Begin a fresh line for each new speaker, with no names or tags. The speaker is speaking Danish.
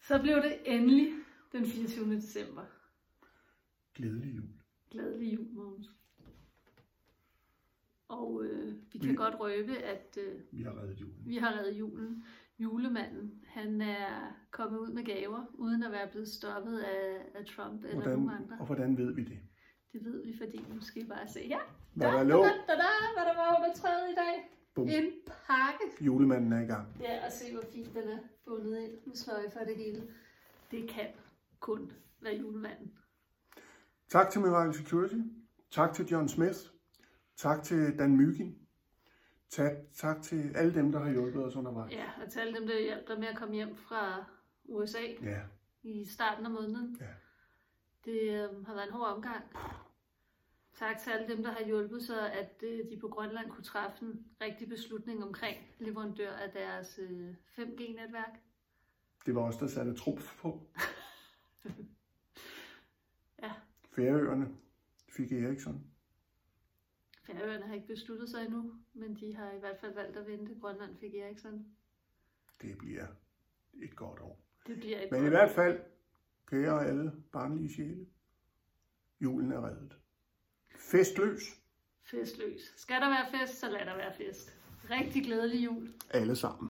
Så blev det endelig den 24. december.
Glædelig jul.
Glædelig jul, Magnus. Og øh, vi
Mm.
kan godt røbe, at øh,
Vi har reddet julen.
vi har reddet julen. Julemanden, han er kommet ud med gaver, uden at være blevet stoppet af, af Trump eller nogen
Hvordan,
andre.
og hvordan ved vi det?
Det ved vi, fordi nu skal I bare se her.
Hvad der lå?
Da, da, da, hvad der var under træet i dag.
Bum.
En pakke.
Julemanden er i gang.
Ja, og se hvor fint den er bundet ind med sløjfer og det hele. Det kan kun være julemanden.
Tak til Miracle Security. Tak til John Smith. Tak til Dan Mygin. Tak, tak til alle dem, der har hjulpet os undervejs.
Ja, og til alle dem, der hjalp dig med at komme hjem fra USA
Ja,
i starten af måneden.
Ja.
Det øh, har været en hård omgang. Tak til alle dem, der har hjulpet så, at øh, de på Grønland kunne træffe en rigtig beslutning omkring leverandør af deres øh, 5G-netværk.
det var os, der satte trumf på.
Ja.
Færøerne fik Eriksson.
Færøerne har ikke besluttet sig endnu, men de har i hvert fald valgt at vente. Grønland fik Eriksson.
Det bliver et godt år.
Det bliver et
Men i hvert fald, kære alle barnlige sjæle, julen er reddet. Festløs,
festløs. Skal der være fest, så lad der være fest. Rigtig glædelig jul.
alle sammen.